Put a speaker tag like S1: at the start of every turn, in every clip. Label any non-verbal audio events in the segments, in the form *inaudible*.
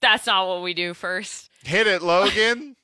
S1: That's not what we do first.
S2: Hit it, Logan.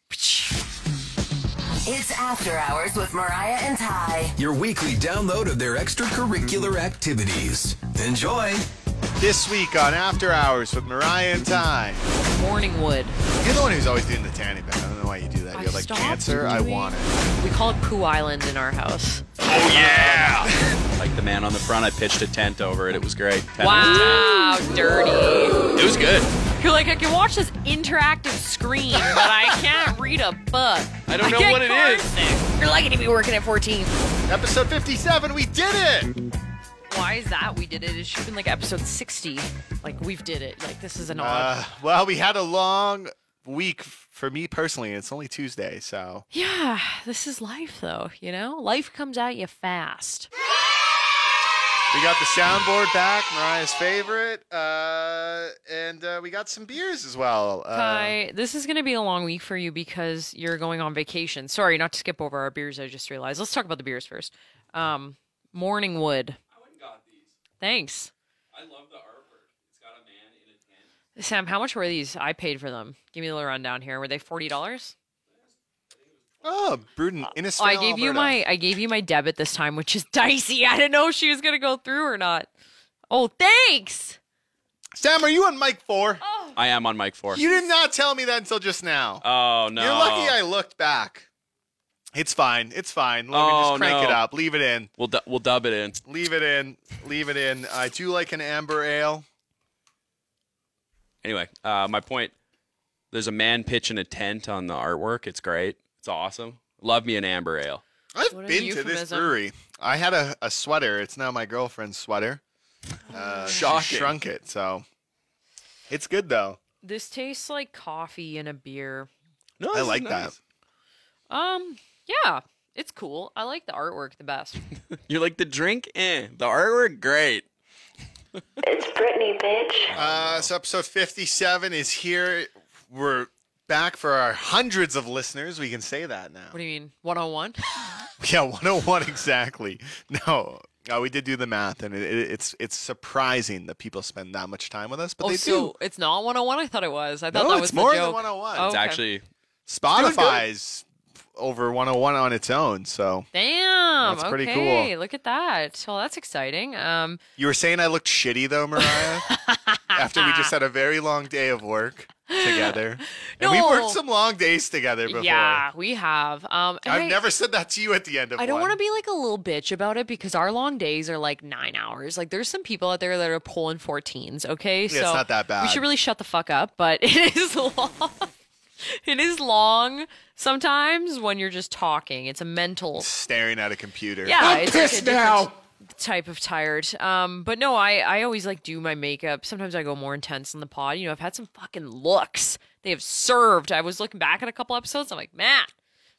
S3: It's After Hours with Mariah and Ty.
S4: Your weekly download of their extracurricular activities. Enjoy.
S2: *laughs* this week on After Hours with Mariah and Ty.
S1: Morningwood.
S2: You're the one who's always doing the tanning bed. I don't know why you do that. You
S1: I
S2: have like
S1: stopped
S2: cancer. I
S1: doing-
S2: want it.
S1: We call it Pooh Island in our house.
S5: Like the man on the front, I pitched a tent over it. It was great. Ten out
S1: Wow, dirty.
S5: of ten. It was good.
S1: You're like, I can watch this interactive screen, but I can't read a book.
S5: I don't know
S1: get
S5: what it
S1: car
S5: is.
S1: sick. You're lucky to be working at 14.
S2: Episode 57. We did it.
S1: Why is that we did it? It should have been like episode 60. Like, we've did it. Like, this is an odd.
S2: Uh, well, we had a long week f- for me personally. It's only Tuesday, so
S1: Yeah, this is life, though, you know? Life comes at you fast.
S2: we got the soundboard back, Mariah's favorite, uh, and uh, we got some beers as well. Uh,
S1: Ty, this is going to be a long week for you because you're going on vacation. Sorry, not to skip over our beers. I just realized. Let's talk about the beers first. Um, Morning Wood. I went and got these. Thanks. I love the artwork. It's got a man in a tent. Sam, how much were these? I paid for them. Give me a little rundown here. Were they forty dollars?
S2: oh, Bruden,
S1: Oh,
S2: Innisfail,
S1: I gave you
S2: Alberta.
S1: my I gave you my debit this time, which is *laughs* dicey. I didn't know if she was gonna go through or not. Oh, thanks.
S2: Sam, are you on mic four?
S1: Oh.
S5: I am on mic four.
S2: You did not tell me that until just now.
S5: oh no.
S2: You're lucky I looked back. It's fine. It's fine. Logan,
S5: Oh,
S2: just crank it
S5: no.
S2: up. Leave it in.
S5: We'll du- we'll dub it in.
S2: Leave it in. Leave it in. I do like an amber ale.
S5: Anyway, uh, my point. There's a man pitching a tent on the artwork. It's great. It's awesome. Love me an amber ale.
S2: I've
S1: What a
S2: been to this
S1: euphemism.
S2: brewery. I had a, a sweater. It's now my girlfriend's
S5: *sighs*
S2: sweater. Uh, she
S5: Shocking.
S2: Shrunk it. So it's good though.
S1: This tastes like coffee and a beer.
S5: No,
S2: I like
S1: Um, yeah, it's cool. I like the artwork the best.
S5: that. You're like the drink, eh? The artwork, great.
S6: It's Brittany, bitch.
S2: that. Uh, so episode 57 is here. We're back for our hundreds of listeners. We can say that now.
S1: What do you mean? One on
S2: *laughs*
S1: one?
S2: Yeah, 101 exactly. No, uh, we did do the math, and it, it, it's it's surprising that people spend that much time with us, but
S1: Oh,
S2: they
S1: so
S2: do.
S1: it's not one on one. I thought it was. I thought
S2: No,
S1: that
S2: it's
S1: was
S2: more
S1: the
S2: than
S1: joke.
S2: 101.
S1: Oh,
S2: It's
S5: It's
S1: okay.
S5: actually
S2: Spotify's over 101 on its own. So
S1: Damn.
S2: That's pretty cool.
S1: okay, Look at that. Well, that's exciting. Um,
S2: you were saying I looked shitty
S1: *laughs*
S2: though, Mariah, after we just had a very long day of work
S1: *laughs*
S2: together, and we
S1: No.
S2: worked some long days together before.
S1: yeah, we have. Um,
S2: I've
S1: hey,
S2: never said that to you at the end of.
S1: I don't
S2: one.
S1: want to be like a little bitch about it because our long days are like nine hours. Like, there's some people out there that are pulling 14s, okay?
S2: it's not that
S1: We
S2: bad.
S1: should really shut the fuck up, but *laughs* it is long. *laughs* it is long sometimes when you're just talking. It's a mental.
S2: staring at a computer.
S1: Yeah, it's like a different type of tired. Um, but no, I I always like do my makeup. Sometimes I go more intense in the pod. You know, I've had some fucking looks. They have served. I was looking back at a couple episodes. I'm like, man,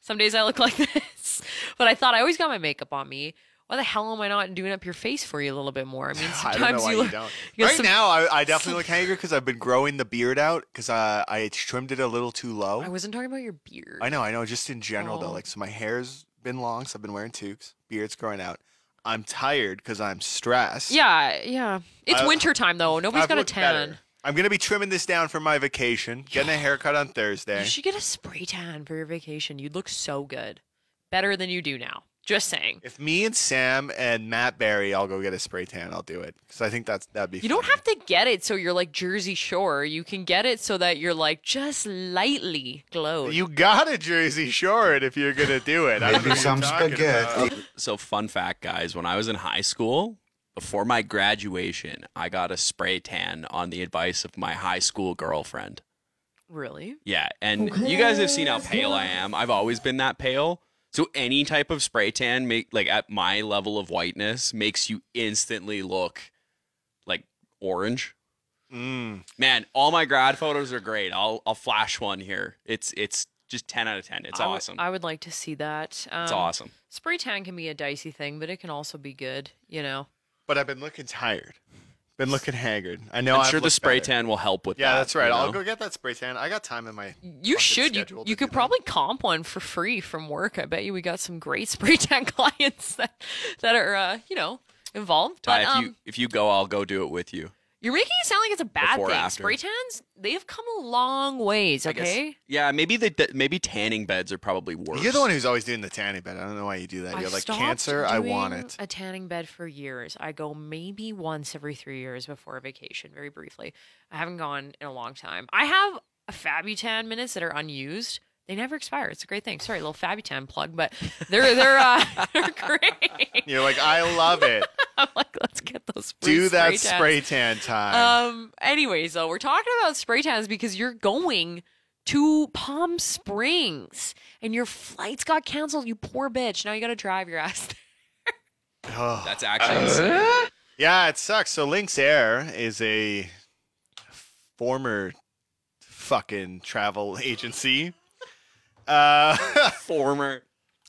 S1: some days I look like *laughs* this. But I thought I always got my makeup on me. Why the hell am I not doing up your face for you a little bit more? I mean,
S2: *laughs* I
S1: sometimes
S2: don't know why
S1: you
S2: you,
S1: look.
S2: don't.
S1: you got
S2: right
S1: some-
S2: now, I, I definitely look hangry because I've been growing the beard out because uh, I trimmed it a little too low.
S1: I wasn't talking about your beard.
S2: I know, I know. Just in general,
S1: Oh.
S2: though, like so, my hair's been long, so I've been wearing toques. Beard's growing out. I'm tired because I'm stressed.
S1: Yeah, yeah. It's
S2: I-
S1: winter time though. Nobody's
S2: I've
S1: got a
S2: looked
S1: tan.
S2: better. I'm gonna be trimming this down for
S1: *sighs*
S2: my vacation. Getting a haircut on Thursday.
S1: You should get a spray tan for your vacation. You'd look so good. Better than you do now. Just saying.
S2: If me and Sam and Matt Barry all go get a spray tan, I'll do it because I think that's that'd be.
S1: You don't
S2: funny.
S1: have to get it so you're like Jersey Shore. You can get it so that you're like just lightly glowed.
S2: You got a Jersey Shore it if you're gonna do it. I don't know
S7: Maybe
S2: what you're
S7: some
S2: talking about.
S7: spaghetti.
S5: So, fun fact, guys, when I was in high school, before my graduation, I got a spray tan on the advice of my high school girlfriend.
S1: really?
S5: Yeah, and you guys have seen how pale I am. I've always been that pale. So any type of spray tan make like at my level of whiteness makes you instantly look like orange.
S2: Mm.
S5: Man, all my grad photos are great. I'll I'll flash one here. It's it's just 10 out of 10. It's
S1: I w-
S5: awesome.
S1: I would like to see that. Um,
S5: it's awesome.
S1: Spray tan can be a dicey thing, but it can also be good. You know.
S2: But I've been looking tired. Been looking haggard. I know.
S5: I'm
S2: I've
S5: sure the
S2: looked
S5: spray
S2: better.
S5: tan will help with that.
S2: Yeah, that's right.
S5: you
S2: I'll
S5: know?
S2: go get that spray tan. I got time in my.
S1: You
S2: fucking
S1: should. You,
S2: schedule to
S1: you
S2: do
S1: could
S2: that.
S1: probably comp one for free from work. I bet you we got some great *laughs* spray tan clients that that are uh, you know involved. But
S5: Ty, if
S1: um,
S5: you if you go, I'll go do it with you.
S1: You're making it sound like it's a bad
S5: Before,
S1: thing.
S5: after.
S1: Spray tans, they have come a long ways,
S5: I guess-
S1: okay?
S5: Yeah, maybe the the- maybe tanning beds are probably worse.
S2: You're the one who's always doing the tanning bed. I don't know why you do that.
S1: I
S2: You're like
S1: stopped
S2: cancer. I want
S1: doing
S2: it.
S1: A tanning bed for years. I go maybe once every three years before a vacation, very briefly. I haven't gone in a long time. I have a Fabutan minutes that are unused. They never expire. It's a great thing. Sorry, little Fabutan plug, but they're they're uh, *laughs* they're great. *laughs*
S2: You're like I love it.
S1: I'm like, let's get those. free
S2: do that
S1: tans.
S2: spray tan time.
S1: Um. Anyways, though, we're talking about spray tans because you're going to Palm Springs and your flights got canceled. You poor bitch. Now you got to drive your ass.
S2: Ugh.
S5: That's actually insane.
S2: Oh. *laughs* Yeah, it sucks. So Lynx Air is a former fucking travel *laughs* agency. Uh, *laughs*
S5: former.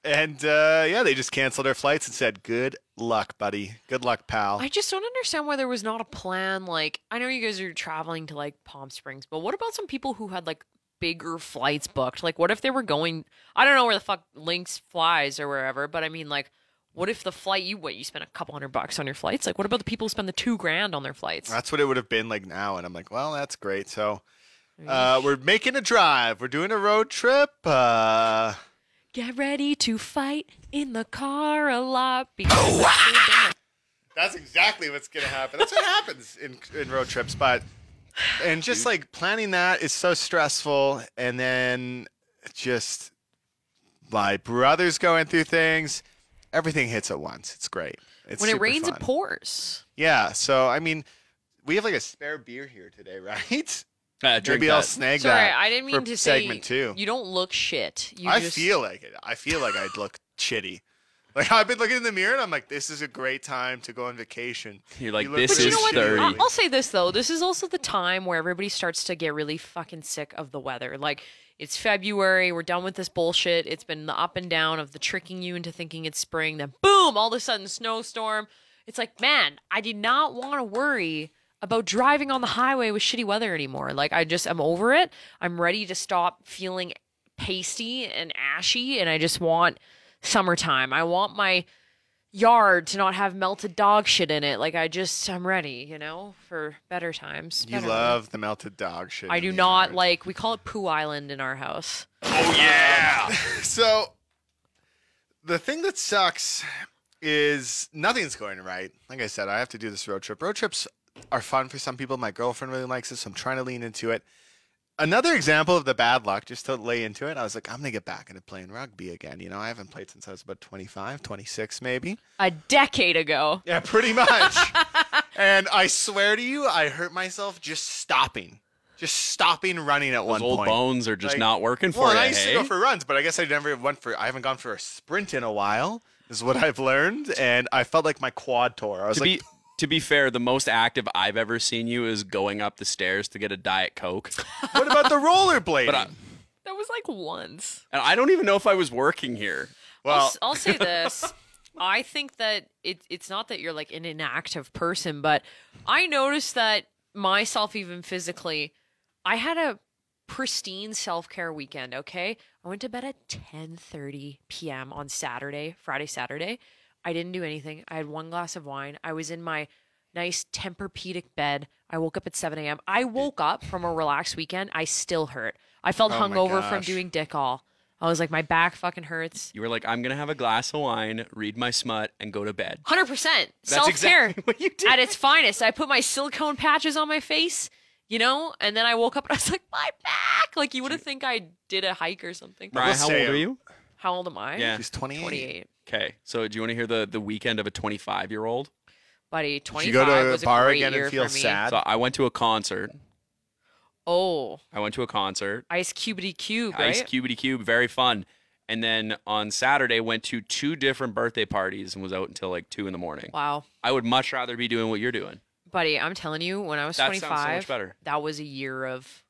S2: and uh, yeah, they just canceled our flights and said, "Good luck, buddy. Good luck, pal."
S1: I just don't understand why there was not a plan. Like, I know you guys are traveling to like Palm Springs, but what about some people who had like bigger flights booked? Like, what if they were going? I don't know where the fuck Lynx flies or wherever, but I mean, like, what if the flight you what you spent a couple hundred bucks on your flights? Like, what about the people who spend the two grand on their flights?
S2: That's what it would have been like now. And I'm like, well, that's great. So uh, we're making a drive. We're doing a road trip. Uh,
S1: Get ready to fight in the car a lot
S2: *laughs*
S1: because I
S2: that's exactly what's going to happen. That's what happens in, in road trips. But, and just like planning that is so stressful. And then just my brother's going through things. Everything hits at once. It's great. It's
S1: when it
S2: super
S1: rains,
S2: fun.
S1: it pours.
S2: Yeah. So, I mean, we have like a spare beer here today, *laughs* right?
S5: Uh, drink
S2: Maybe
S5: that.
S2: I'll snag
S1: Sorry,
S2: that.
S1: I didn't mean
S2: for
S1: to say
S2: segment two.
S1: you don't look shit. You
S2: I
S1: just,
S2: feel like it. I feel like I'd look shitty. Like I've been looking in the mirror and I'm like, this is a great time to go on vacation.
S5: You're like,
S2: You look
S5: this
S1: But you
S5: is
S1: know what?
S5: thirty.
S1: I'll, I'll say this though. This is also the time where everybody starts to get really fucking sick of the weather. Like it's February. We're done with this bullshit. It's been the up and down of the tricking you into thinking it's spring. Then boom, all of a sudden snowstorm. It's like, man, I did not want to worry about driving on the highway with shitty weather anymore. Like I just I'm over it. I'm ready to stop feeling pasty and ashy, and I just want summertime. I want my yard to not have melted dog shit in it. Like I just I'm ready, you know, for better times.
S2: You
S1: better
S2: love the melted dog shit.
S1: I
S2: in
S1: do
S2: the
S1: not
S2: yard.
S1: like we call it poo island in our house.
S2: So the thing that sucks is nothing's going right. Like I said, I have to do this road trip. Road trips are fun for some people. My girlfriend really likes it, so I'm trying to lean into it. Another example of the bad luck, just to lay into it, I was like, I'm going to get back into playing rugby again. You know, I haven't played since I was about 25, 26 maybe.
S1: A decade ago.
S2: Yeah, pretty
S5: *laughs*
S2: much. and I swear to you, I hurt myself just stopping, just stopping running at one
S5: Those old
S2: point.
S5: bones are just
S2: Like,
S5: not working for
S2: well,
S5: you.
S2: and I used
S5: hey?
S2: to go for runs, but I guess I never went for. I haven't gone for a sprint in a while. Is what I've learned, and I felt like my quad tore. I was
S5: to
S2: like,
S5: be to be fair, the most active I've ever seen you is going up the stairs to get a diet
S2: *laughs*
S5: coke.
S2: *laughs* "What about the rollerblade?"
S5: But I,
S1: That was like once.
S5: and I don't even know if I was working here.
S1: I'll,
S2: well,
S1: s- I'll say
S2: *laughs*
S1: this. I think that it, it's not that you're like an inactive person, but I noticed that myself, even physically, I had a pristine self care weekend. Okay, I went to bed at 10:30 p.m. on Saturday, Friday, Saturday. I didn't do anything. I had one glass of wine. I was in my nice Tempur-Pedic bed. I woke up at 7 a.m. I woke up from a relaxed weekend. I still hurt. I felt
S2: Oh my
S1: hungover from
S2: gosh.
S1: doing dick all. I was like, my back fucking hurts.
S5: You were like, I'm gonna have a glass of wine, read my smut, and go to bed.
S1: Hundred percent
S5: That's
S1: self care
S2: *laughs*
S5: exactly what you did.
S1: at its finest. I put my silicone patches on my face, you know, and then I woke up and I was like, my back. Like you would have think I did a hike or something.
S5: Mariah, how
S2: say
S5: old
S2: it.
S5: are you?
S1: How old am I?
S5: Yeah.
S2: she's 28.
S1: twenty-eight,
S5: Okay, so do you want to hear the the weekend of a 25 year old?
S1: buddy.
S2: Did
S1: Twenty-five
S2: you go to a
S1: was
S2: bar
S1: great
S2: again
S1: year
S2: and feel
S1: for me.
S2: sad?
S5: So I went to a concert.
S1: Oh,
S5: I went to a concert.
S1: Ice Cubity Cube, right?
S5: Ice Cubity Cube, very fun. And then on Saturday, went to two different birthday parties and was out until like two in the morning.
S1: Wow,
S5: I would much rather be doing what you're doing.
S1: buddy. I'm telling you, when I was
S5: That sounds so much
S1: twenty-five,
S5: better.
S1: that was a year of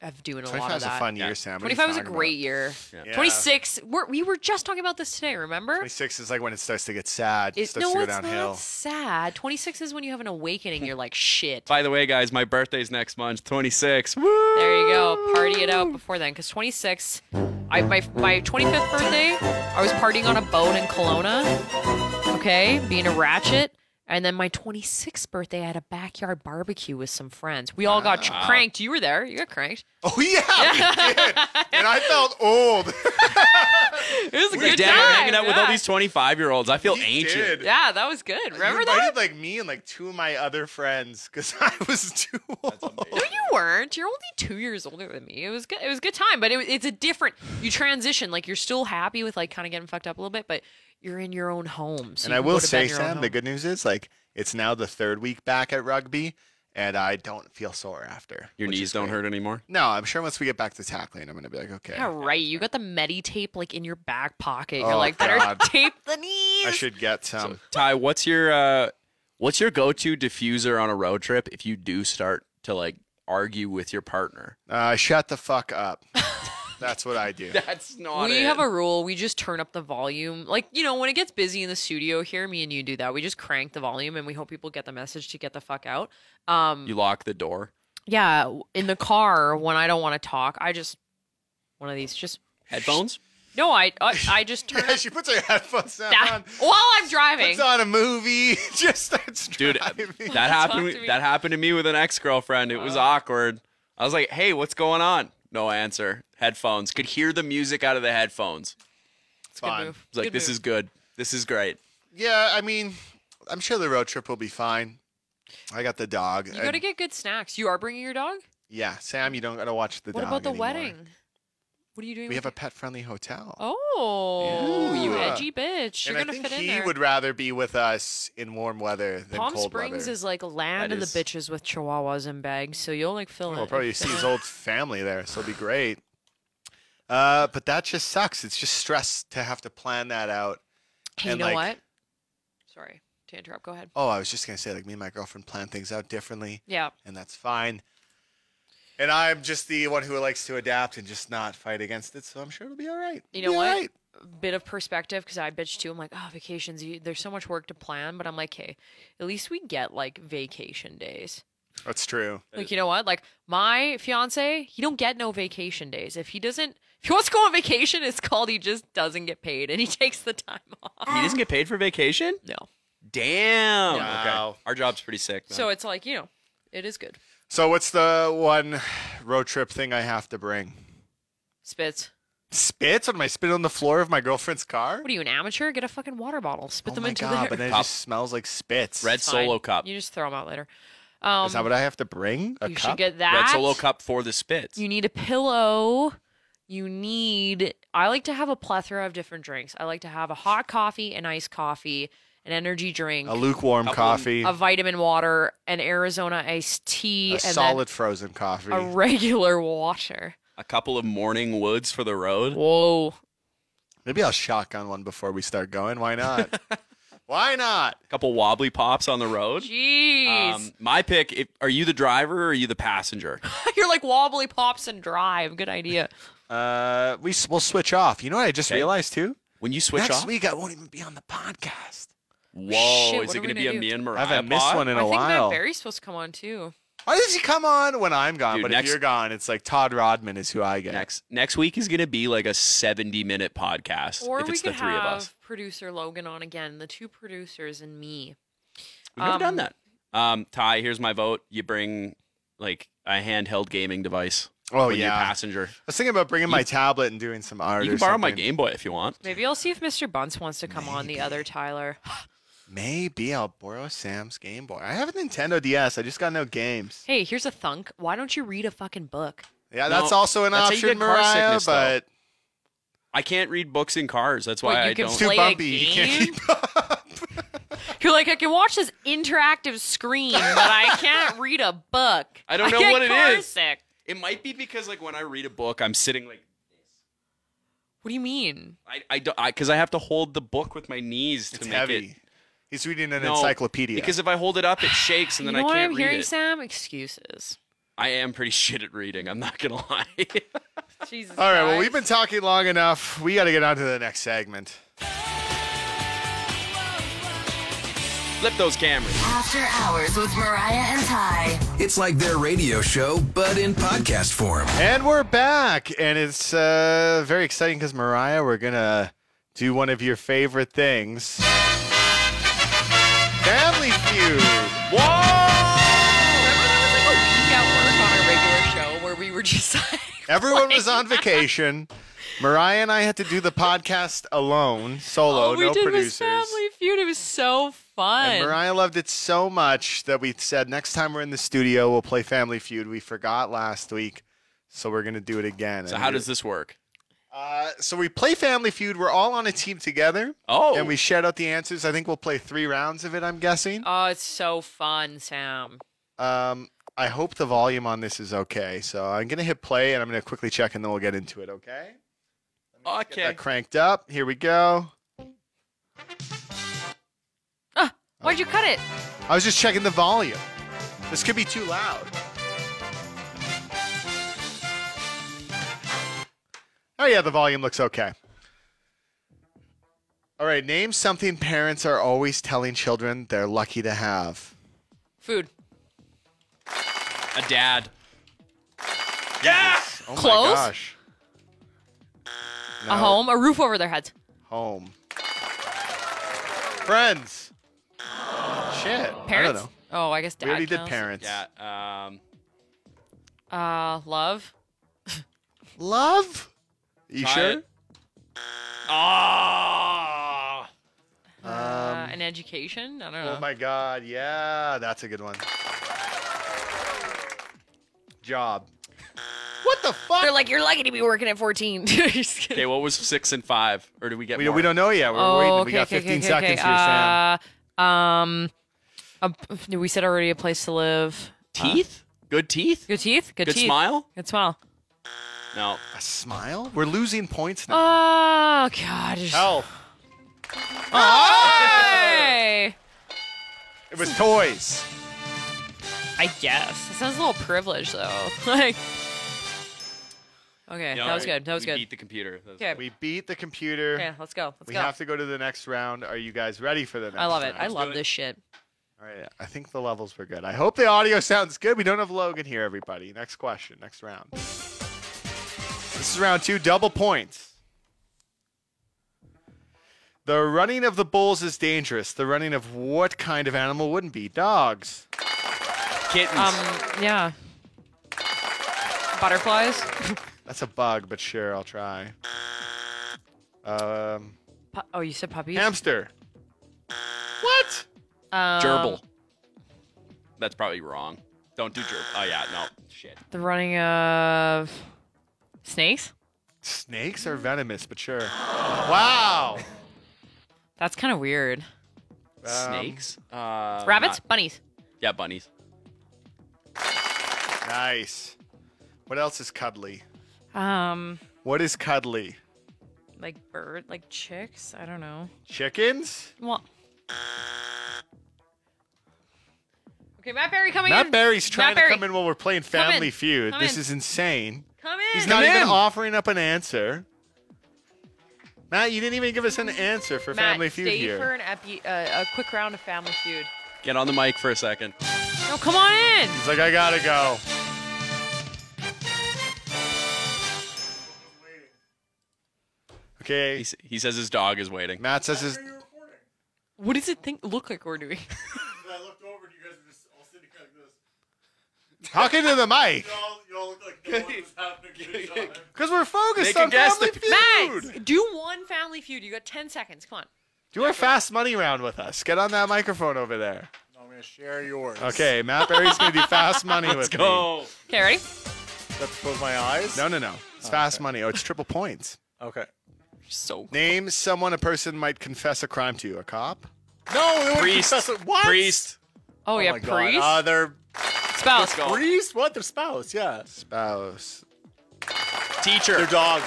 S1: of doing a lot
S2: Twenty-five
S1: of
S2: was a
S1: that.
S2: fun
S5: Yeah.
S2: year, Sam. What are you
S1: Twenty-five was a
S2: talking
S1: great
S2: about?
S1: year.
S2: Yeah.
S1: Twenty-six. We're, we were just talking about this today. Remember?
S2: 26 is like when it starts to get sad.
S1: It,
S2: starts
S1: no,
S2: to go
S1: it's
S2: downhill. *laughs*
S1: not sad. 26 is when you have an awakening. You're like, shit.
S5: By the way, guys, my birthday's next month, 26. Woo!
S1: There you go. Party it out before then. Because 26, I, my, my 25th birthday, I was partying on a boat in Kelowna. Okay. Being a ratchet. And then my 26th birthday, I had a backyard barbecue with some friends. We all got cranked. You were there. You got cranked.
S2: Oh yeah,
S1: *laughs*
S2: we did. and I felt old. *laughs*
S1: It was a
S5: We're
S1: good
S5: down
S1: time.
S5: hanging out with all
S1: yeah.
S5: these 25 year olds. I feel
S2: You
S5: ancient.
S2: did.
S1: Yeah, that was good. Remember
S2: you
S1: that?
S2: invited, like me and like two of my other friends because *laughs* I was too old.
S1: No, you weren't. You're only two years older than me. It was good. It was a good time, but it, it's a different. You transition. Like you're still happy with like kind of getting fucked up a little bit, but you're in your own home. So
S2: And
S1: you
S2: I
S1: can go
S2: will
S1: to bed
S2: say,
S1: in your own
S2: Sam, the
S1: home.
S2: good news is like it's now the third week back at rugby, and I don't feel sore after.
S5: Your
S2: which
S5: knees
S2: is
S5: don't
S2: great.
S5: hurt anymore.
S2: No, I'm sure once we get back to tackling, I'm gonna be like, okay,
S1: Yeah, right. You got the Medi tape like in your back pocket. You're
S2: Oh,
S1: like, better *laughs*
S2: God.
S1: tape the knees.
S2: I should get some.
S5: Ty, what's your uh, what's your go to diffuser on a road trip if you do start to like argue with
S1: *laughs*
S5: your partner?
S2: Uh, shut the fuck up. That's what I do.
S5: That's not.
S1: we have a rule. We just turn up the volume. Like, you know, when it gets busy in the studio here, me and you do that. We just crank the volume and we hope people get the message to get the fuck out. Um,
S5: You lock the door.
S1: yeah, w- in the car when I don't want to talk, I just, one of these, just,
S5: Headphones.
S1: no, I I, I just
S2: *laughs*
S1: turn
S2: Yeah,
S1: up
S2: *laughs* she puts her headphones down,
S1: that *laughs* while I'm driving.
S2: puts on a movie, *laughs* just starts
S5: Dude,
S2: driving.
S5: that happened.
S1: to Oh. me.
S5: That happened to me with an ex girlfriend. It was awkward. I was like, "Hey, what's going on?" No answer. Headphones. Could hear the music out of the headphones.
S2: It's
S1: Good
S2: fine.
S1: move.
S5: I was like,
S1: Good
S5: "This
S1: move.
S5: is good. This is great."
S2: Yeah, I mean, I'm sure the road trip will be fine. I got the dog.
S1: You gotta get good snacks. You are bringing your dog.
S2: yeah, Sam, you don't gotta watch the
S1: What
S2: dog.
S1: about the
S2: anymore.
S1: wedding? What are you doing?
S2: We
S1: with
S2: have a pet-friendly hotel.
S1: Oh, you
S2: Yeah.
S1: edgy bitch! You're
S2: and
S1: gonna
S2: I think
S1: fit in
S2: he
S1: there.
S2: would rather be with us in warm weather than
S1: Palm
S2: cold
S1: Springs
S2: weather.
S1: is like land
S5: That
S1: of the
S5: is-
S1: bitches with chihuahuas and bags, so you'll like fill in.
S2: We'll probably see
S1: fill
S2: his
S1: in.
S2: old family there, so it'll be great. Uh, but that just sucks. It's just stress to have to plan that out.
S1: Hey, you
S2: and,
S1: know
S2: like-
S1: what? Sorry to interrupt. Go ahead.
S2: Oh, I was just gonna say, like me and my girlfriend plan things out differently.
S1: Yeah.
S2: and that's fine. And I'm just the one who likes to adapt and just not fight against it, so I'm sure it'll be all right.
S1: You know
S2: Be all
S1: what?
S2: right.
S1: Bit of perspective because I bitch too. I'm like, oh, vacations. You, there's so much work to plan, but I'm like, hey, at least we get like vacation days.
S2: That's true.
S1: Like, you know what? Like my fiance, he don't get no vacation days. If he doesn't, *laughs* if he wants to go on vacation, it's called he just doesn't get paid and he *laughs* takes the time off.
S5: He doesn't get paid for vacation.
S1: No.
S5: Damn.
S2: Wow.
S5: Okay. Our job's pretty sick. man.
S1: So it's like you know, it is good.
S2: So what's the one road trip thing I have to bring?
S1: Spits.
S2: Spits? What am I spitting on the floor of my girlfriend's car?
S1: What are you, an amateur? Get a fucking water bottle. Spit
S2: oh
S1: them
S2: my
S1: into
S2: god!
S1: the *laughs*
S2: But then it
S5: Pop.
S2: just smells like spits.
S5: red solo cup.
S1: You just throw them out later. Um,
S2: Is that what I have to bring? A
S1: you
S2: cup?
S1: should get that.
S5: red solo cup for the spits.
S1: You need a pillow. You need. I like to have a plethora of different drinks. I like to have a hot coffee, an iced coffee, an energy drink,
S2: a lukewarm coffee,
S1: a vitamin water, an Arizona iced tea,
S2: a
S1: and
S2: solid frozen coffee.
S1: then a regular water.
S5: a couple of morning woods for the road.
S1: Whoa.
S2: Maybe I'll shotgun one before we start going. Why
S1: *laughs*
S2: not? Why not?
S5: A couple wobbly pops on the road.
S1: Jeez.
S5: Um, my pick. If, are you the driver or are you the passenger?
S1: *laughs* You're like wobbly pops and drive. Good idea.
S2: Uh, we s- we'll switch off. You know what I just realized too?
S5: When you switch
S2: Next
S5: off.
S2: week I won't even be on the podcast.
S5: Whoa,
S1: Shit,
S5: is
S1: what
S5: it
S1: are we
S5: going to be
S1: gonna
S5: a
S1: do?
S5: me and
S2: I
S5: Mariah?
S2: haven't missed
S5: pod?
S2: one in
S1: I
S2: a
S1: think
S2: while.
S1: Matt Berry's supposed to come on too.
S2: Why does he come on when I'm gone?
S5: Dude,
S2: but
S5: next-
S2: if you're gone, it's like Todd Rodman is who I get.
S5: Next next week is going to be like a seventy-minute podcast.
S1: Or
S5: if
S1: we
S5: it's
S1: could
S5: the three
S1: have
S5: of us,
S1: producer Logan on again, the two producers and me.
S5: we've never
S1: um,
S5: done that. Um, Ty, here's my vote. You bring like a handheld gaming device.
S2: Oh
S5: when you're
S2: yeah.
S5: passenger.
S2: I was thinking about bringing my tablet and doing some art.
S5: You
S2: or
S5: can borrow my
S2: something.
S5: Game Boy if you want.
S1: Maybe I'll see if Mr. Bunce wants to come on the other Tyler.
S2: Maybe I'll borrow Sam's Game Boy. I have a Nintendo DS. I just got no games.
S1: Hey, here's a thunk. Why don't you read a fucking book?
S2: Yeah,
S5: No,
S2: that's also an
S5: that's how you
S2: option,
S5: get car
S2: Mariah.
S5: sickness, though.
S2: But
S5: I can't read books in cars. That's why
S1: What, you
S5: I
S1: can
S5: don't.
S2: too
S1: Play a
S2: bumpy. You can't
S1: game?
S2: keep up.
S1: *laughs* You're like, I can watch this interactive screen, but I
S5: *laughs*
S1: can't read a book.
S5: I don't know
S1: get
S5: what it
S1: car
S5: is.
S1: Sick.
S5: It might be because like when I read a book, I'm sitting like
S1: What do you mean?
S5: I I don't because I, have to hold the book with my knees to
S2: It's
S5: make
S2: heavy.
S5: it.
S2: He's reading an
S5: No,
S2: encyclopedia.
S5: Because if I hold it up, it shakes and
S1: you know
S5: then I
S1: what
S5: can't
S1: I'm
S5: read
S1: hearing,
S5: it.
S1: Sam? Excuses.
S5: I am pretty *laughs* shit at reading. I'm not gonna lie. *laughs*
S1: Jesus.
S2: All right, well, we've been talking long enough. We got to get on to the next segment.
S5: Flip those cameras.
S3: After Hours with Mariah and Ty.
S4: It's like their radio show, but in podcast form.
S2: And we're back, and it's uh, very exciting because Mariah, we're gonna do one of your favorite things: family
S1: just *laughs* like
S2: Everyone was on vacation. Mariah and I had to do the podcast alone, solo,
S1: all "Oh, we
S2: no
S1: did was
S2: producers.
S1: Family Feud. It was so fun.
S2: And Mariah loved it so much that we said next time we're in the studio, we'll play Family Feud. We forgot last week, so we're gonna do it again.
S5: So
S2: And
S5: how
S2: we-
S5: does this work?
S2: uh, so we play Family Feud? We're all on a team together,
S5: Oh,
S2: and we shout out the answers. I think we'll play three rounds of it. I'm guessing.
S1: oh, it's so fun, Sam.
S2: Um, I hope the volume on this is okay. So I'm gonna hit play, and I'm gonna quickly check, and then we'll get into it. Okay. Get
S5: okay.
S2: that cranked up. Here we go.
S1: Why'd
S2: Uh-huh.
S1: you cut it?
S2: I was just checking the volume. This could be too loud. Oh, yeah, the volume looks okay. All right, name something parents are always telling children they're lucky to have.
S1: Food.
S5: A dad.
S2: Oh,
S1: Clothes?
S2: my gosh.
S1: A
S2: No,
S1: home. A roof over their heads.
S2: Home. Friends. Shit. I don't
S1: Parents.
S2: know.
S1: Oh, I guess dad.
S2: We already did
S1: counts.
S2: parents.
S5: Yeah. Um.
S1: Uh, love.
S2: Love? You
S5: Try
S2: sure?
S5: it. Ah.
S1: uh, an education. I don't know.
S2: Oh Mm. my god, yeah, that's a good one. Job. What the fuck?
S1: They're like, you're lucky to be working at 14. *laughs* Just kidding.
S5: Okay. What was six and five, or did we get?
S2: we,
S5: more?
S2: we don't know yet. We're
S1: Oh,
S2: waiting. we got 15 seconds here, Sam.
S1: Uh, um, a- we said already a place to live.
S5: Teeth. Good teeth.
S1: Good teeth. Good,
S5: Good
S1: teeth.
S5: smile?
S1: Good smile.
S5: No.
S2: A smile? We're losing points now.
S1: Oh God. Just,
S2: Health.
S1: Hey!
S2: Ah! It was toys.
S1: I guess it sounds a little privileged though. *laughs* like. Okay,
S5: Yeah,
S1: that was
S5: all right.
S1: good. That was
S5: we
S1: good.
S5: Beat the computer. That was-
S1: okay.
S2: We beat the computer.
S1: okay, let's go. Let's
S2: we
S1: go.
S2: have to go to the next round. Are you guys ready for the next
S1: I love it. I
S2: round?
S1: love this shit.
S2: All right, I think the levels were good. I hope the audio sounds good. We don't have Logan here, everybody. Next question, next round. This is round two, double points. The running of the bulls is dangerous. The running of what kind of animal wouldn't be? Dogs.
S5: Kittens.
S1: Um, yeah. Butterflies.
S2: That's a bug, but sure, I'll try. Um,
S1: Pu- oh, you said puppies.
S2: hamster. What?
S1: Um,
S5: gerbil. That's probably wrong. Don't do gerbil. Oh yeah. No. Shit.
S1: The running of snakes.
S2: Snakes are venomous, but sure. Wow.
S1: That's kind of weird.
S7: Um,
S5: Snakes. Uh,
S1: Rabbits,
S5: not-
S1: bunnies.
S5: yeah, bunnies.
S2: Nice. What else is cuddly?
S1: Um,
S2: What is cuddly?
S1: like bird, like chicks. I don't know.
S2: Chickens?
S1: Well. Okay, Matt Berry coming in.
S2: Matt Barry's trying
S1: Matt Berry.
S2: to come in while we're playing
S1: Come
S2: Family
S1: in.
S2: Feud.
S1: Come
S2: this
S1: in.
S2: is insane.
S1: Come in.
S2: He's not even
S5: in.
S2: offering up an answer. Matt, you didn't even give us an answer for
S1: Matt,
S2: Family Feud
S1: stay
S2: here.
S1: for an epi- uh, a quick round of Family Feud.
S5: Get on the mic for a second.
S1: No, come on in.
S2: He's like, I gotta go.
S5: He,
S2: Okay.
S5: s- he says his dog is waiting.
S2: Matt says his.
S1: What does it think look like we're doing?
S7: I looked over and you guys were just all sitting here like this.
S2: Talking to the mic.
S7: All, you all looked like no one was having a good *laughs* time.
S2: Because we're focused
S5: They can
S2: on
S5: guess
S2: Family
S5: the-
S2: Feud.
S1: *laughs* Matt, do one Family Feud. You got ten seconds. Come on.
S2: Do our fast money round with us. Get on that microphone over there.
S7: No, I'm gonna share yours.
S2: Okay, Matt Berry's gonna do fast money
S5: *laughs* Let's
S2: with me.
S5: go.
S1: Okay, ready?
S7: Have to close my eyes.
S2: No, no, no. It's fast money. Oh, it's triple points.
S7: Okay.
S5: So
S2: Name someone a person might confess a crime to. A cop?
S7: No, they
S5: Priest.
S7: Confess- what?
S5: Priest.
S1: Oh, yeah,
S7: my God.
S1: priest,
S7: Uh, their
S1: spouse,
S5: go.
S7: priest. What? Their spouse. Yeah.
S2: Spouse.
S5: Teacher.
S7: Their dog.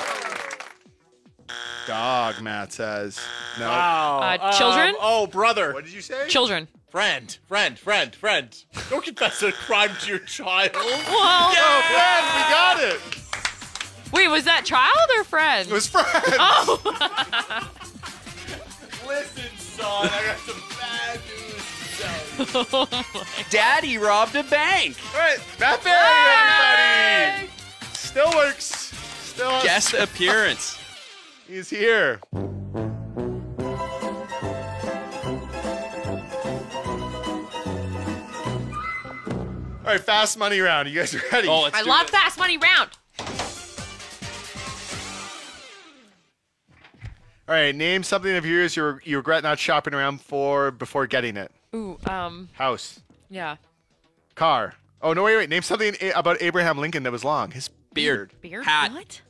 S2: Dog, Matt says. No.
S7: Wow.
S1: Uh, children?
S7: Oh, brother.
S2: What did you say?
S1: children.
S7: Friend. Friend. Friend. Friend. Don't confess a crime to your child.
S1: Well,
S2: Oh, friend, we got it.
S1: wait, was that child or friend?
S2: It was friend.
S7: Listen, *laughs* son. I got some bad news. to tell you.
S5: Daddy robbed a bank.
S2: All right, Matt Berry, everybody. Still works. Still us.
S5: Guest appearance.
S2: He's here. All right, fast money round. You guys ready?
S5: Oh, let's
S1: I
S5: do
S1: love
S5: this.
S1: fast money round.
S2: All right, name something of yours you, you regret not shopping around for before getting it.
S1: Ooh, um,
S2: House,
S1: yeah,
S2: car. Oh no, wait, wait. Name something a- about Abraham Lincoln that was long. His
S5: Beard,
S1: beer.
S5: hat,
S1: What?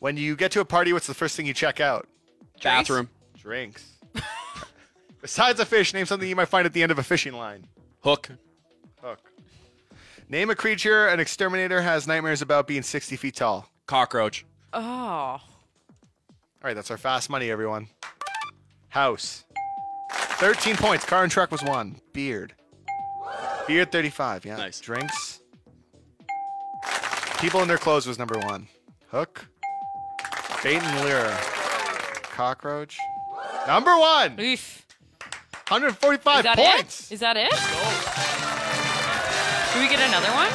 S2: When you get to a party, what's the first thing you check out?
S5: bathroom,
S2: Drinks. *laughs* Besides a fish, name something you might find at the end of a fishing line.
S5: hook,
S2: Hook. Name a creature an exterminator has nightmares about being 60 feet tall.
S5: cockroach,
S1: Oh,
S2: All right, that's our fast money, everyone. House. 13 points. Car and truck was one. Beard. Beard 35. Yeah.
S5: Nice.
S2: Drinks. People in their clothes was number one. Hook. Bait and lure. Cockroach. Number one.
S1: oof.
S2: 145
S1: Is that
S2: points.
S1: it? Is that it? Do we get another one?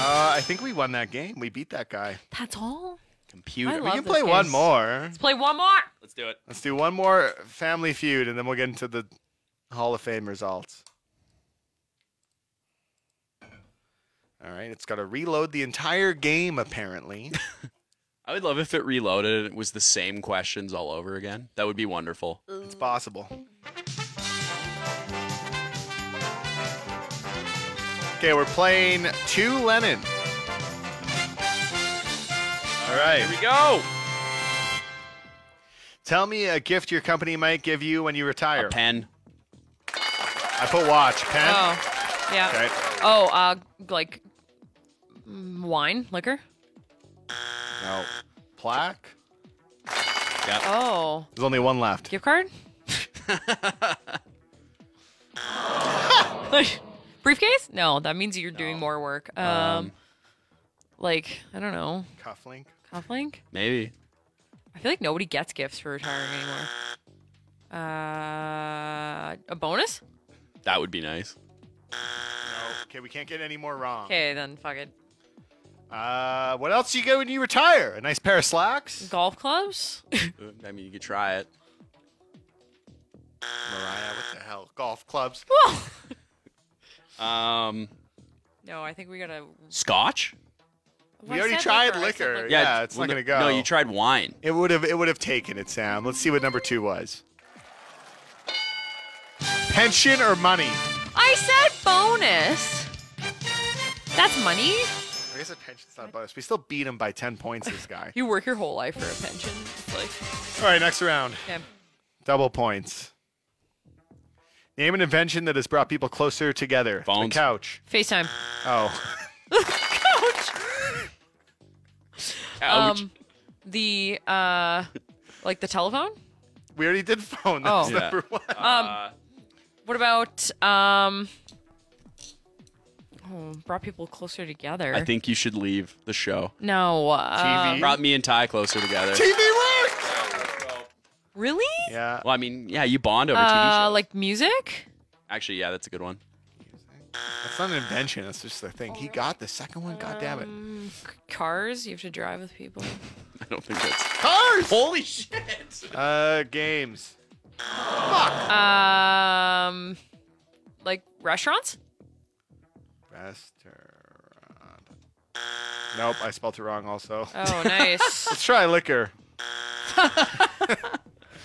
S2: uh, I think we won that game. We beat that guy.
S1: That's all.
S5: computer.
S1: I
S2: we
S1: love
S2: can
S1: this
S2: play one
S1: game.
S2: more.
S1: Let's play one more.
S5: Let's do it.
S2: Let's do one more Family Feud, and then we'll get into the Hall of Fame results. All right, it's got to reload the entire game, apparently.
S5: *laughs* I would love if it reloaded and it was the same questions all over again. That would be wonderful.
S2: it's possible. Okay, we're playing two Lennon. All right.
S5: we go.
S2: Tell me a gift your company might give you when you retire.
S5: A pen.
S2: I put watch, pen.
S1: Oh, yeah.
S2: Okay.
S1: Oh, uh, like mm, wine, liquor.
S2: No. Plaque.
S1: Oh,
S2: There's only one left.
S1: gift *laughs* card. Briefcase? No, that means you're doing more work. Um, like I don't know,
S2: Cufflink.
S1: cufflink.
S5: Maybe.
S1: I feel like nobody gets gifts for retiring anymore. Uh, a bonus?
S5: That would be nice.
S2: No. Okay, we can't get any more wrong.
S1: Okay, then fuck it.
S2: Uh, what else do you get when you retire? A nice pair of slacks.
S1: Golf clubs? *laughs*
S5: I mean, you could try it.
S2: Mariah, what the hell? Golf clubs.
S5: Um,
S1: no, I think we gotta.
S5: scotch?
S2: we already tried liquor. Yeah, it's
S5: well,
S2: not
S5: no-
S2: gonna go.
S5: No, you tried wine.
S2: It would have. It would have taken it, Sam. Let's see what number two was. Pension or money?
S1: I said bonus. That's money.
S2: I guess a pension's not a bonus. We still beat him by ten points. This guy.
S1: You work your whole life for a pension. It's like,
S2: *laughs* All right, next round.
S1: damn.
S2: Double points. Name an invention that has brought people closer together.
S5: Phones.
S2: The couch.
S1: FaceTime.
S2: Oh.
S1: *laughs*
S5: Ouch.
S1: Um, the uh, like the telephone.
S2: We already did phone. That
S1: Oh.
S2: was
S5: Yeah.
S2: number one.
S1: What about um? Oh, brought people closer together.
S5: I think you should leave the show.
S1: no. Uh,
S2: TV.
S5: Brought me and Ty closer together.
S2: TV worked.
S1: really?
S2: Yeah.
S5: Well, I mean, yeah, you bond over TV
S1: Uh,
S5: shows.
S1: like music.
S5: Actually, yeah, that's a good one. *laughs*
S2: That's not an invention. That's just the thing. He got the second one. God damn it.
S1: C- Cars. You have to drive with people.
S5: I don't think that's.
S2: Cars.
S5: Holy shit!
S2: Uh, games.
S1: Um, like restaurants.
S2: Restaurant. Nope, I spelled it wrong. Also,
S5: *laughs*
S1: Oh, nice.
S2: let's try liquor.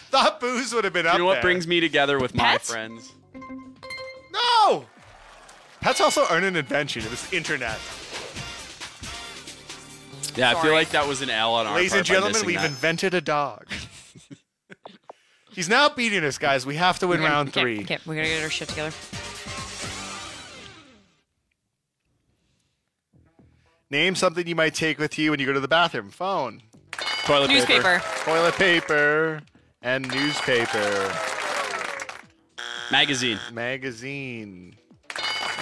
S2: Thought booze would have been up
S5: You know what
S2: there.
S5: brings me together with my
S1: Pets?
S5: friends?
S2: No. Pets also earn an invention. It was internet.
S5: Yeah, I
S1: Sorry.
S5: feel like that was an L on our
S2: Ladies
S5: part
S2: and
S5: by
S2: gentlemen,
S5: missing
S2: we've
S5: that.
S2: invented a dog. *laughs* He's now beating us, guys. We have to win round
S1: Okay,
S2: three.
S1: Okay, we're gonna get our shit together.
S2: Name something you might take with you when you go to the bathroom. Phone.
S5: toilet
S1: Newspaper.
S2: toilet paper and newspaper
S5: magazine.
S2: magazine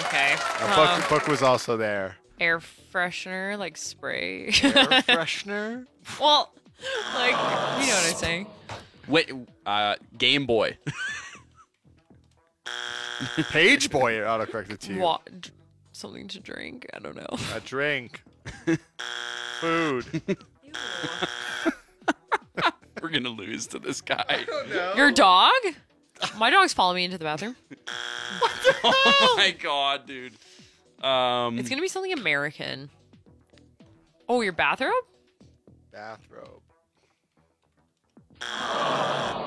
S1: Okay.
S2: a
S5: Oh.
S1: Um,
S2: book, book was also there
S1: air freshener, like spray.
S2: air freshener
S1: *laughs* well, like you know what I'm saying.
S5: Wait, uh, Game Boy.
S2: page boy autocorrected to you
S1: Wa- d- something to drink. I don't know.
S2: a drink food
S5: We're gonna *laughs* lose to this guy.
S2: Oh.
S1: Your dog? My dog's follow me into the bathroom.
S5: oh my god, dude. Um,
S1: It's gonna be something American. Oh, your bathrobe?
S2: Bathrobe.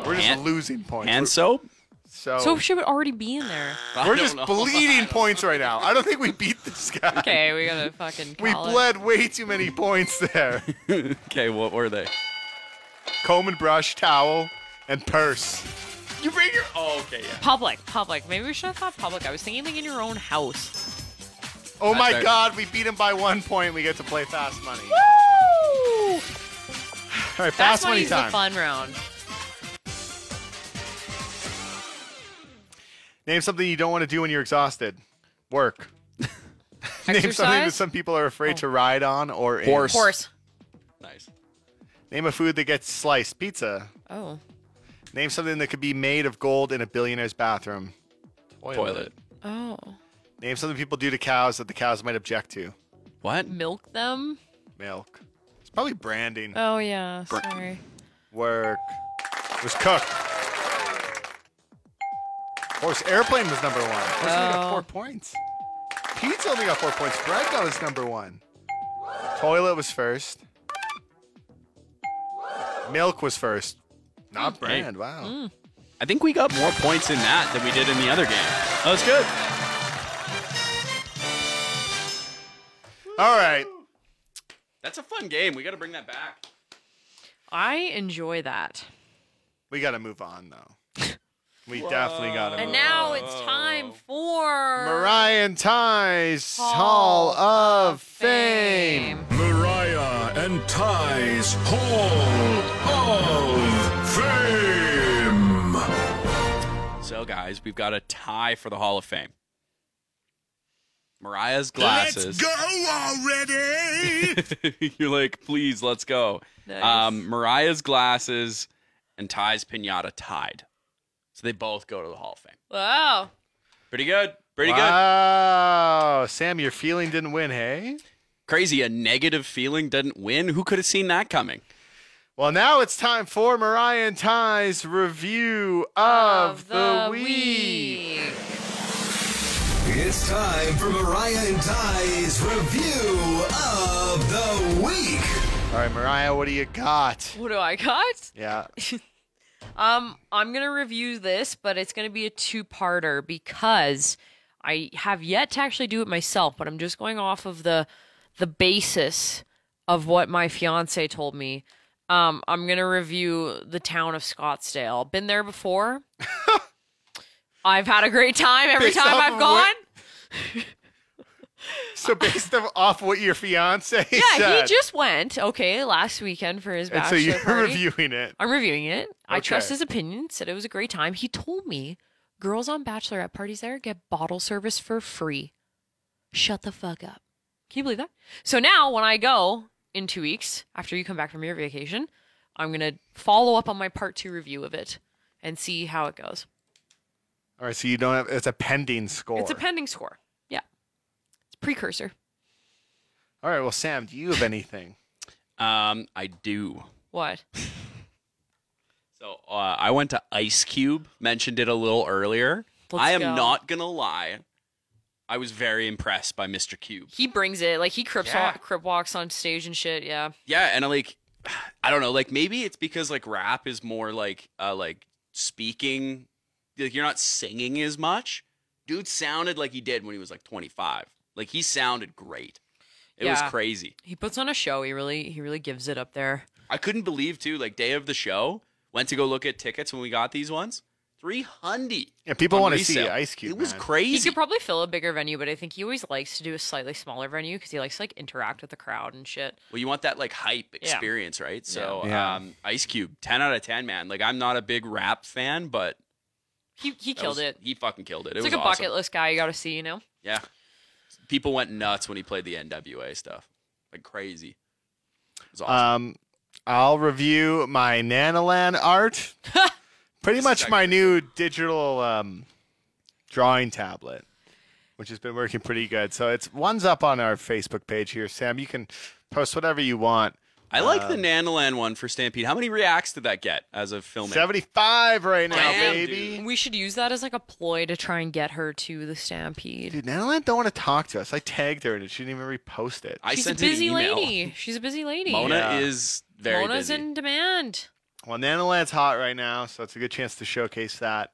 S2: We're just
S5: Hand-
S2: losing points.
S5: hand soap.
S2: so,
S1: So she would already be in there.
S2: we're just bleeding points right now. I don't think we beat this guy.
S1: Okay, we
S2: *laughs*
S1: gotta fucking.
S2: We
S1: call it.
S2: bled way too many points there.
S5: *laughs* okay, what were they?
S2: Comb and brush, towel, and purse.
S5: You bring your. Oh, okay, yeah.
S1: Public, public. Maybe we should have thought public. I was thinking like in your own house.
S2: Oh my
S5: That's it.
S2: God, we beat him by one point. We get to play fast money.
S1: Woo!
S2: All right,
S1: Fast
S2: fast money
S1: money's the
S2: time.
S1: fun round.
S2: Name something you don't want to do when you're exhausted. Work. *laughs* Name something that
S1: Exercise?
S2: some people are afraid to ride on or in.
S5: Horse.
S1: Horse.
S5: Nice.
S2: Name a food that gets sliced. Pizza.
S1: Oh.
S2: Name something that could be made of gold in a billionaire's bathroom.
S5: Toilet.
S1: Oh.
S2: Name something people do to cows that the cows might object to.
S5: What?
S1: Milk them?
S2: Milk. It's probably branding.
S1: Oh yeah. Sorry.
S2: Work. It was cooked. Horse airplane was number one. Horse only got
S1: Oh.
S2: four points. Pete's only got four points. Brad got his number one. Toilet was first. Milk was first. Not
S5: Hey.
S2: brand. Wow.
S1: Mm.
S5: I think we got more points in that than we did in the other game. That was good.
S2: All right.
S5: That's a fun game. We got to bring that back.
S1: I enjoy that.
S2: We got to move on though. We definitely got to move
S1: And now it's time for
S2: on. Mariah and Ty's Hall,
S1: Hall
S2: of Fame.
S4: Mariah and Ty's Hall of Fame.
S5: So, guys, we've got a tie for the Hall of Fame. Mariah's glasses.
S4: already.
S5: *laughs* You're like, please, let's go.
S1: Nice.
S5: Um, Mariah's glasses and Ty's pinata tied. So they both go to the Hall of Fame.
S1: Wow.
S5: Pretty good. Pretty good.
S2: Wow. Sam, your feeling didn't win, hey?
S5: Crazy. A negative feeling doesn't win. Who could have seen that coming?
S2: Well, now it's time for Mariah and Ty's review of, the, week.
S4: It's time for Mariah and Ty's review of the week.
S2: All right, Mariah, what do you got?
S1: What do I got?
S2: Yeah.
S1: Um, I'm gonna review this, but it's gonna be a two-parter because I have yet to actually do it myself. But I'm just going off of the the basis of what my fiance told me. Um, I'm gonna review the town of Scottsdale. Been there
S2: *laughs*
S1: before. I've had a great time every
S2: Based
S1: time
S2: off
S1: I've
S2: of
S1: gone.
S2: what- So based of- *laughs* off what your fiance
S1: yeah,
S2: said.
S1: he just went. Okay, last weekend for his
S2: and so
S1: bachelor
S2: you're *laughs*
S1: party.
S2: reviewing it.
S1: I'm reviewing it. I trust
S2: Okay.
S1: his opinion. Said it was a great time. He told me girls on bachelorette parties there get bottle service for free. Shut the fuck up. Can you believe that? So now when I go in two weeks after you come back from your vacation, I'm gonna follow up on my part two review of it and see how it goes.
S2: All right, so you don't have it's a pending score.
S1: It's a pending score. Yeah, it's precursor.
S2: All right, well, Sam, do you have anything?
S5: Um, I do.
S1: What?
S5: So uh, I went to Ice Cube. Mentioned it a little earlier.
S1: Let's
S5: I am
S1: go.
S5: not gonna lie. I was very impressed by Mr. Cube.
S1: He brings it. Like he crip,
S5: Yeah.
S1: crip walks on stage and shit. Yeah.
S5: Yeah, and I like, *sighs* I don't know. Like maybe it's because like rap is more like uh like speaking. Like you're not singing as much. Dude sounded like he did when he was like 25. Like he sounded great. It was
S1: Yeah.
S5: crazy.
S1: He puts on a show. He really he really gives it up there.
S5: I couldn't believe too. Like day of the show, went to go look at tickets when we got these ones. Three hundred.
S2: Yeah, people wanna see Ice Cube,
S5: It was
S2: man.
S5: crazy.
S1: He could probably fill a bigger venue, but I think he always likes to do a slightly smaller venue because he likes to like interact with the crowd and shit.
S5: Well, you want that like hype experience, right? So,
S2: Yeah.
S5: um, Ice Cube, ten out of ten, man. Like, I'm not a big rap fan, but
S1: He he
S5: that
S1: killed
S5: was-
S1: it.
S5: He fucking killed it. It
S1: It's
S5: was
S1: like a
S5: awesome.
S1: bucket list guy you got to see, you know.
S5: Yeah, people went nuts when he played the NWA stuff, like crazy. It was awesome.
S2: Um, I'll review my Nanalan art. Pretty much my new digital um, drawing tablet, which has been working pretty good. So it's one's up on our Facebook page here, Sam. You can post whatever you want
S5: I like the Nanoland one for Stampede. How many reacts did that get as of filming?
S2: 75 right now,
S5: Oh, Damn,
S2: baby.
S1: We should use that as like a ploy to try and get her to the stampede.
S2: Dude, Natalie don't want to talk to us. I tagged her and she didn't even repost it.
S5: I
S1: She's a
S5: sent
S1: busy
S5: an email.
S1: lady. She's a busy lady.
S5: Mona
S2: Yeah.
S5: is very
S1: Mona's
S5: busy.
S1: in demand.
S2: Well, Nanoland's hot right now, so it's a good chance to showcase that.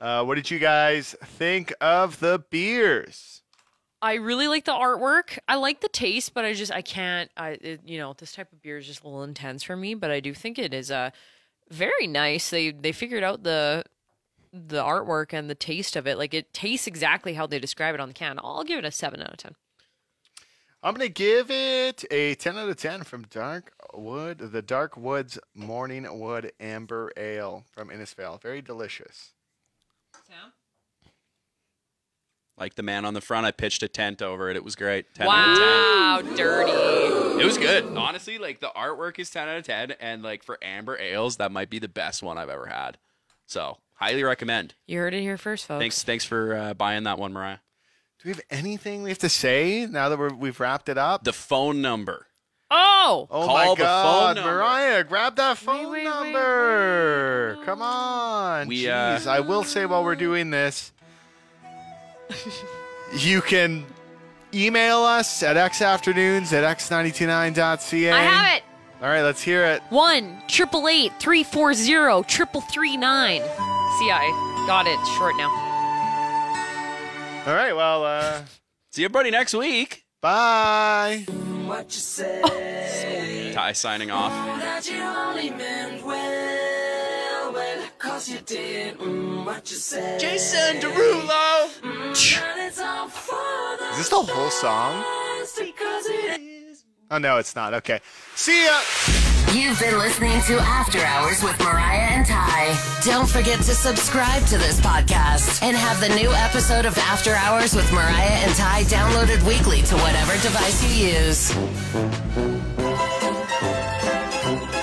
S2: Uh, what did you guys think of the beers?
S1: I really like the artwork. I like the taste, but I just I can't. I it, you know this type of beer is just a little intense for me. But I do think it is uh, very nice. They they figured out the the artwork and the taste of it. Like it tastes exactly how they describe it on the can. I'll give it a seven out of ten.
S2: I'm gonna give it a 10 out of 10 from Dark Wood, the Dark Woods Morning Wood Amber Ale from Innisfail. Very delicious.
S5: Like the man on the front, I pitched a tent over it. It was great. 10 out of 10.
S1: Wow, dirty.
S5: It was good. Honestly, like the artwork is 10 out of 10 and like for amber ales, that might be the best one I've ever had. So, highly recommend.
S1: You heard it here first, folks.
S5: Thanks thanks for uh, buying that one, Mariah.
S2: Do we have anything we have to say now that we're, we've wrapped it up?
S5: The phone number.
S1: Oh,
S2: oh
S5: call
S2: my
S5: the phone
S2: God,
S5: number.
S2: Mariah, grab that phone
S1: wait, wait,
S2: number. Come on.
S5: We, uh,
S2: Jeez, I will say while we're
S1: *laughs*
S2: doing this, you can email us at xafternoons at x929.ca.
S1: I have it.
S2: All right, let's hear it.
S1: One triple eight three four zero triple three nine. See, I got it short now.
S2: All right, well, uh,
S5: See everybody next week.
S2: bye.
S5: Ty signing off.
S3: That you only meant well, well, cause you did mm, what you said.
S5: Jason Derulo.
S3: And it's all for the
S2: Is this the whole song?
S3: best because it is.
S2: Oh, no, it's not. Okay. See ya.
S3: You've been listening to After Hours with Mariah and Ty. Don't forget to subscribe to this podcast and have the new episode of After Hours with Mariah and Ty downloaded weekly to whatever device you use.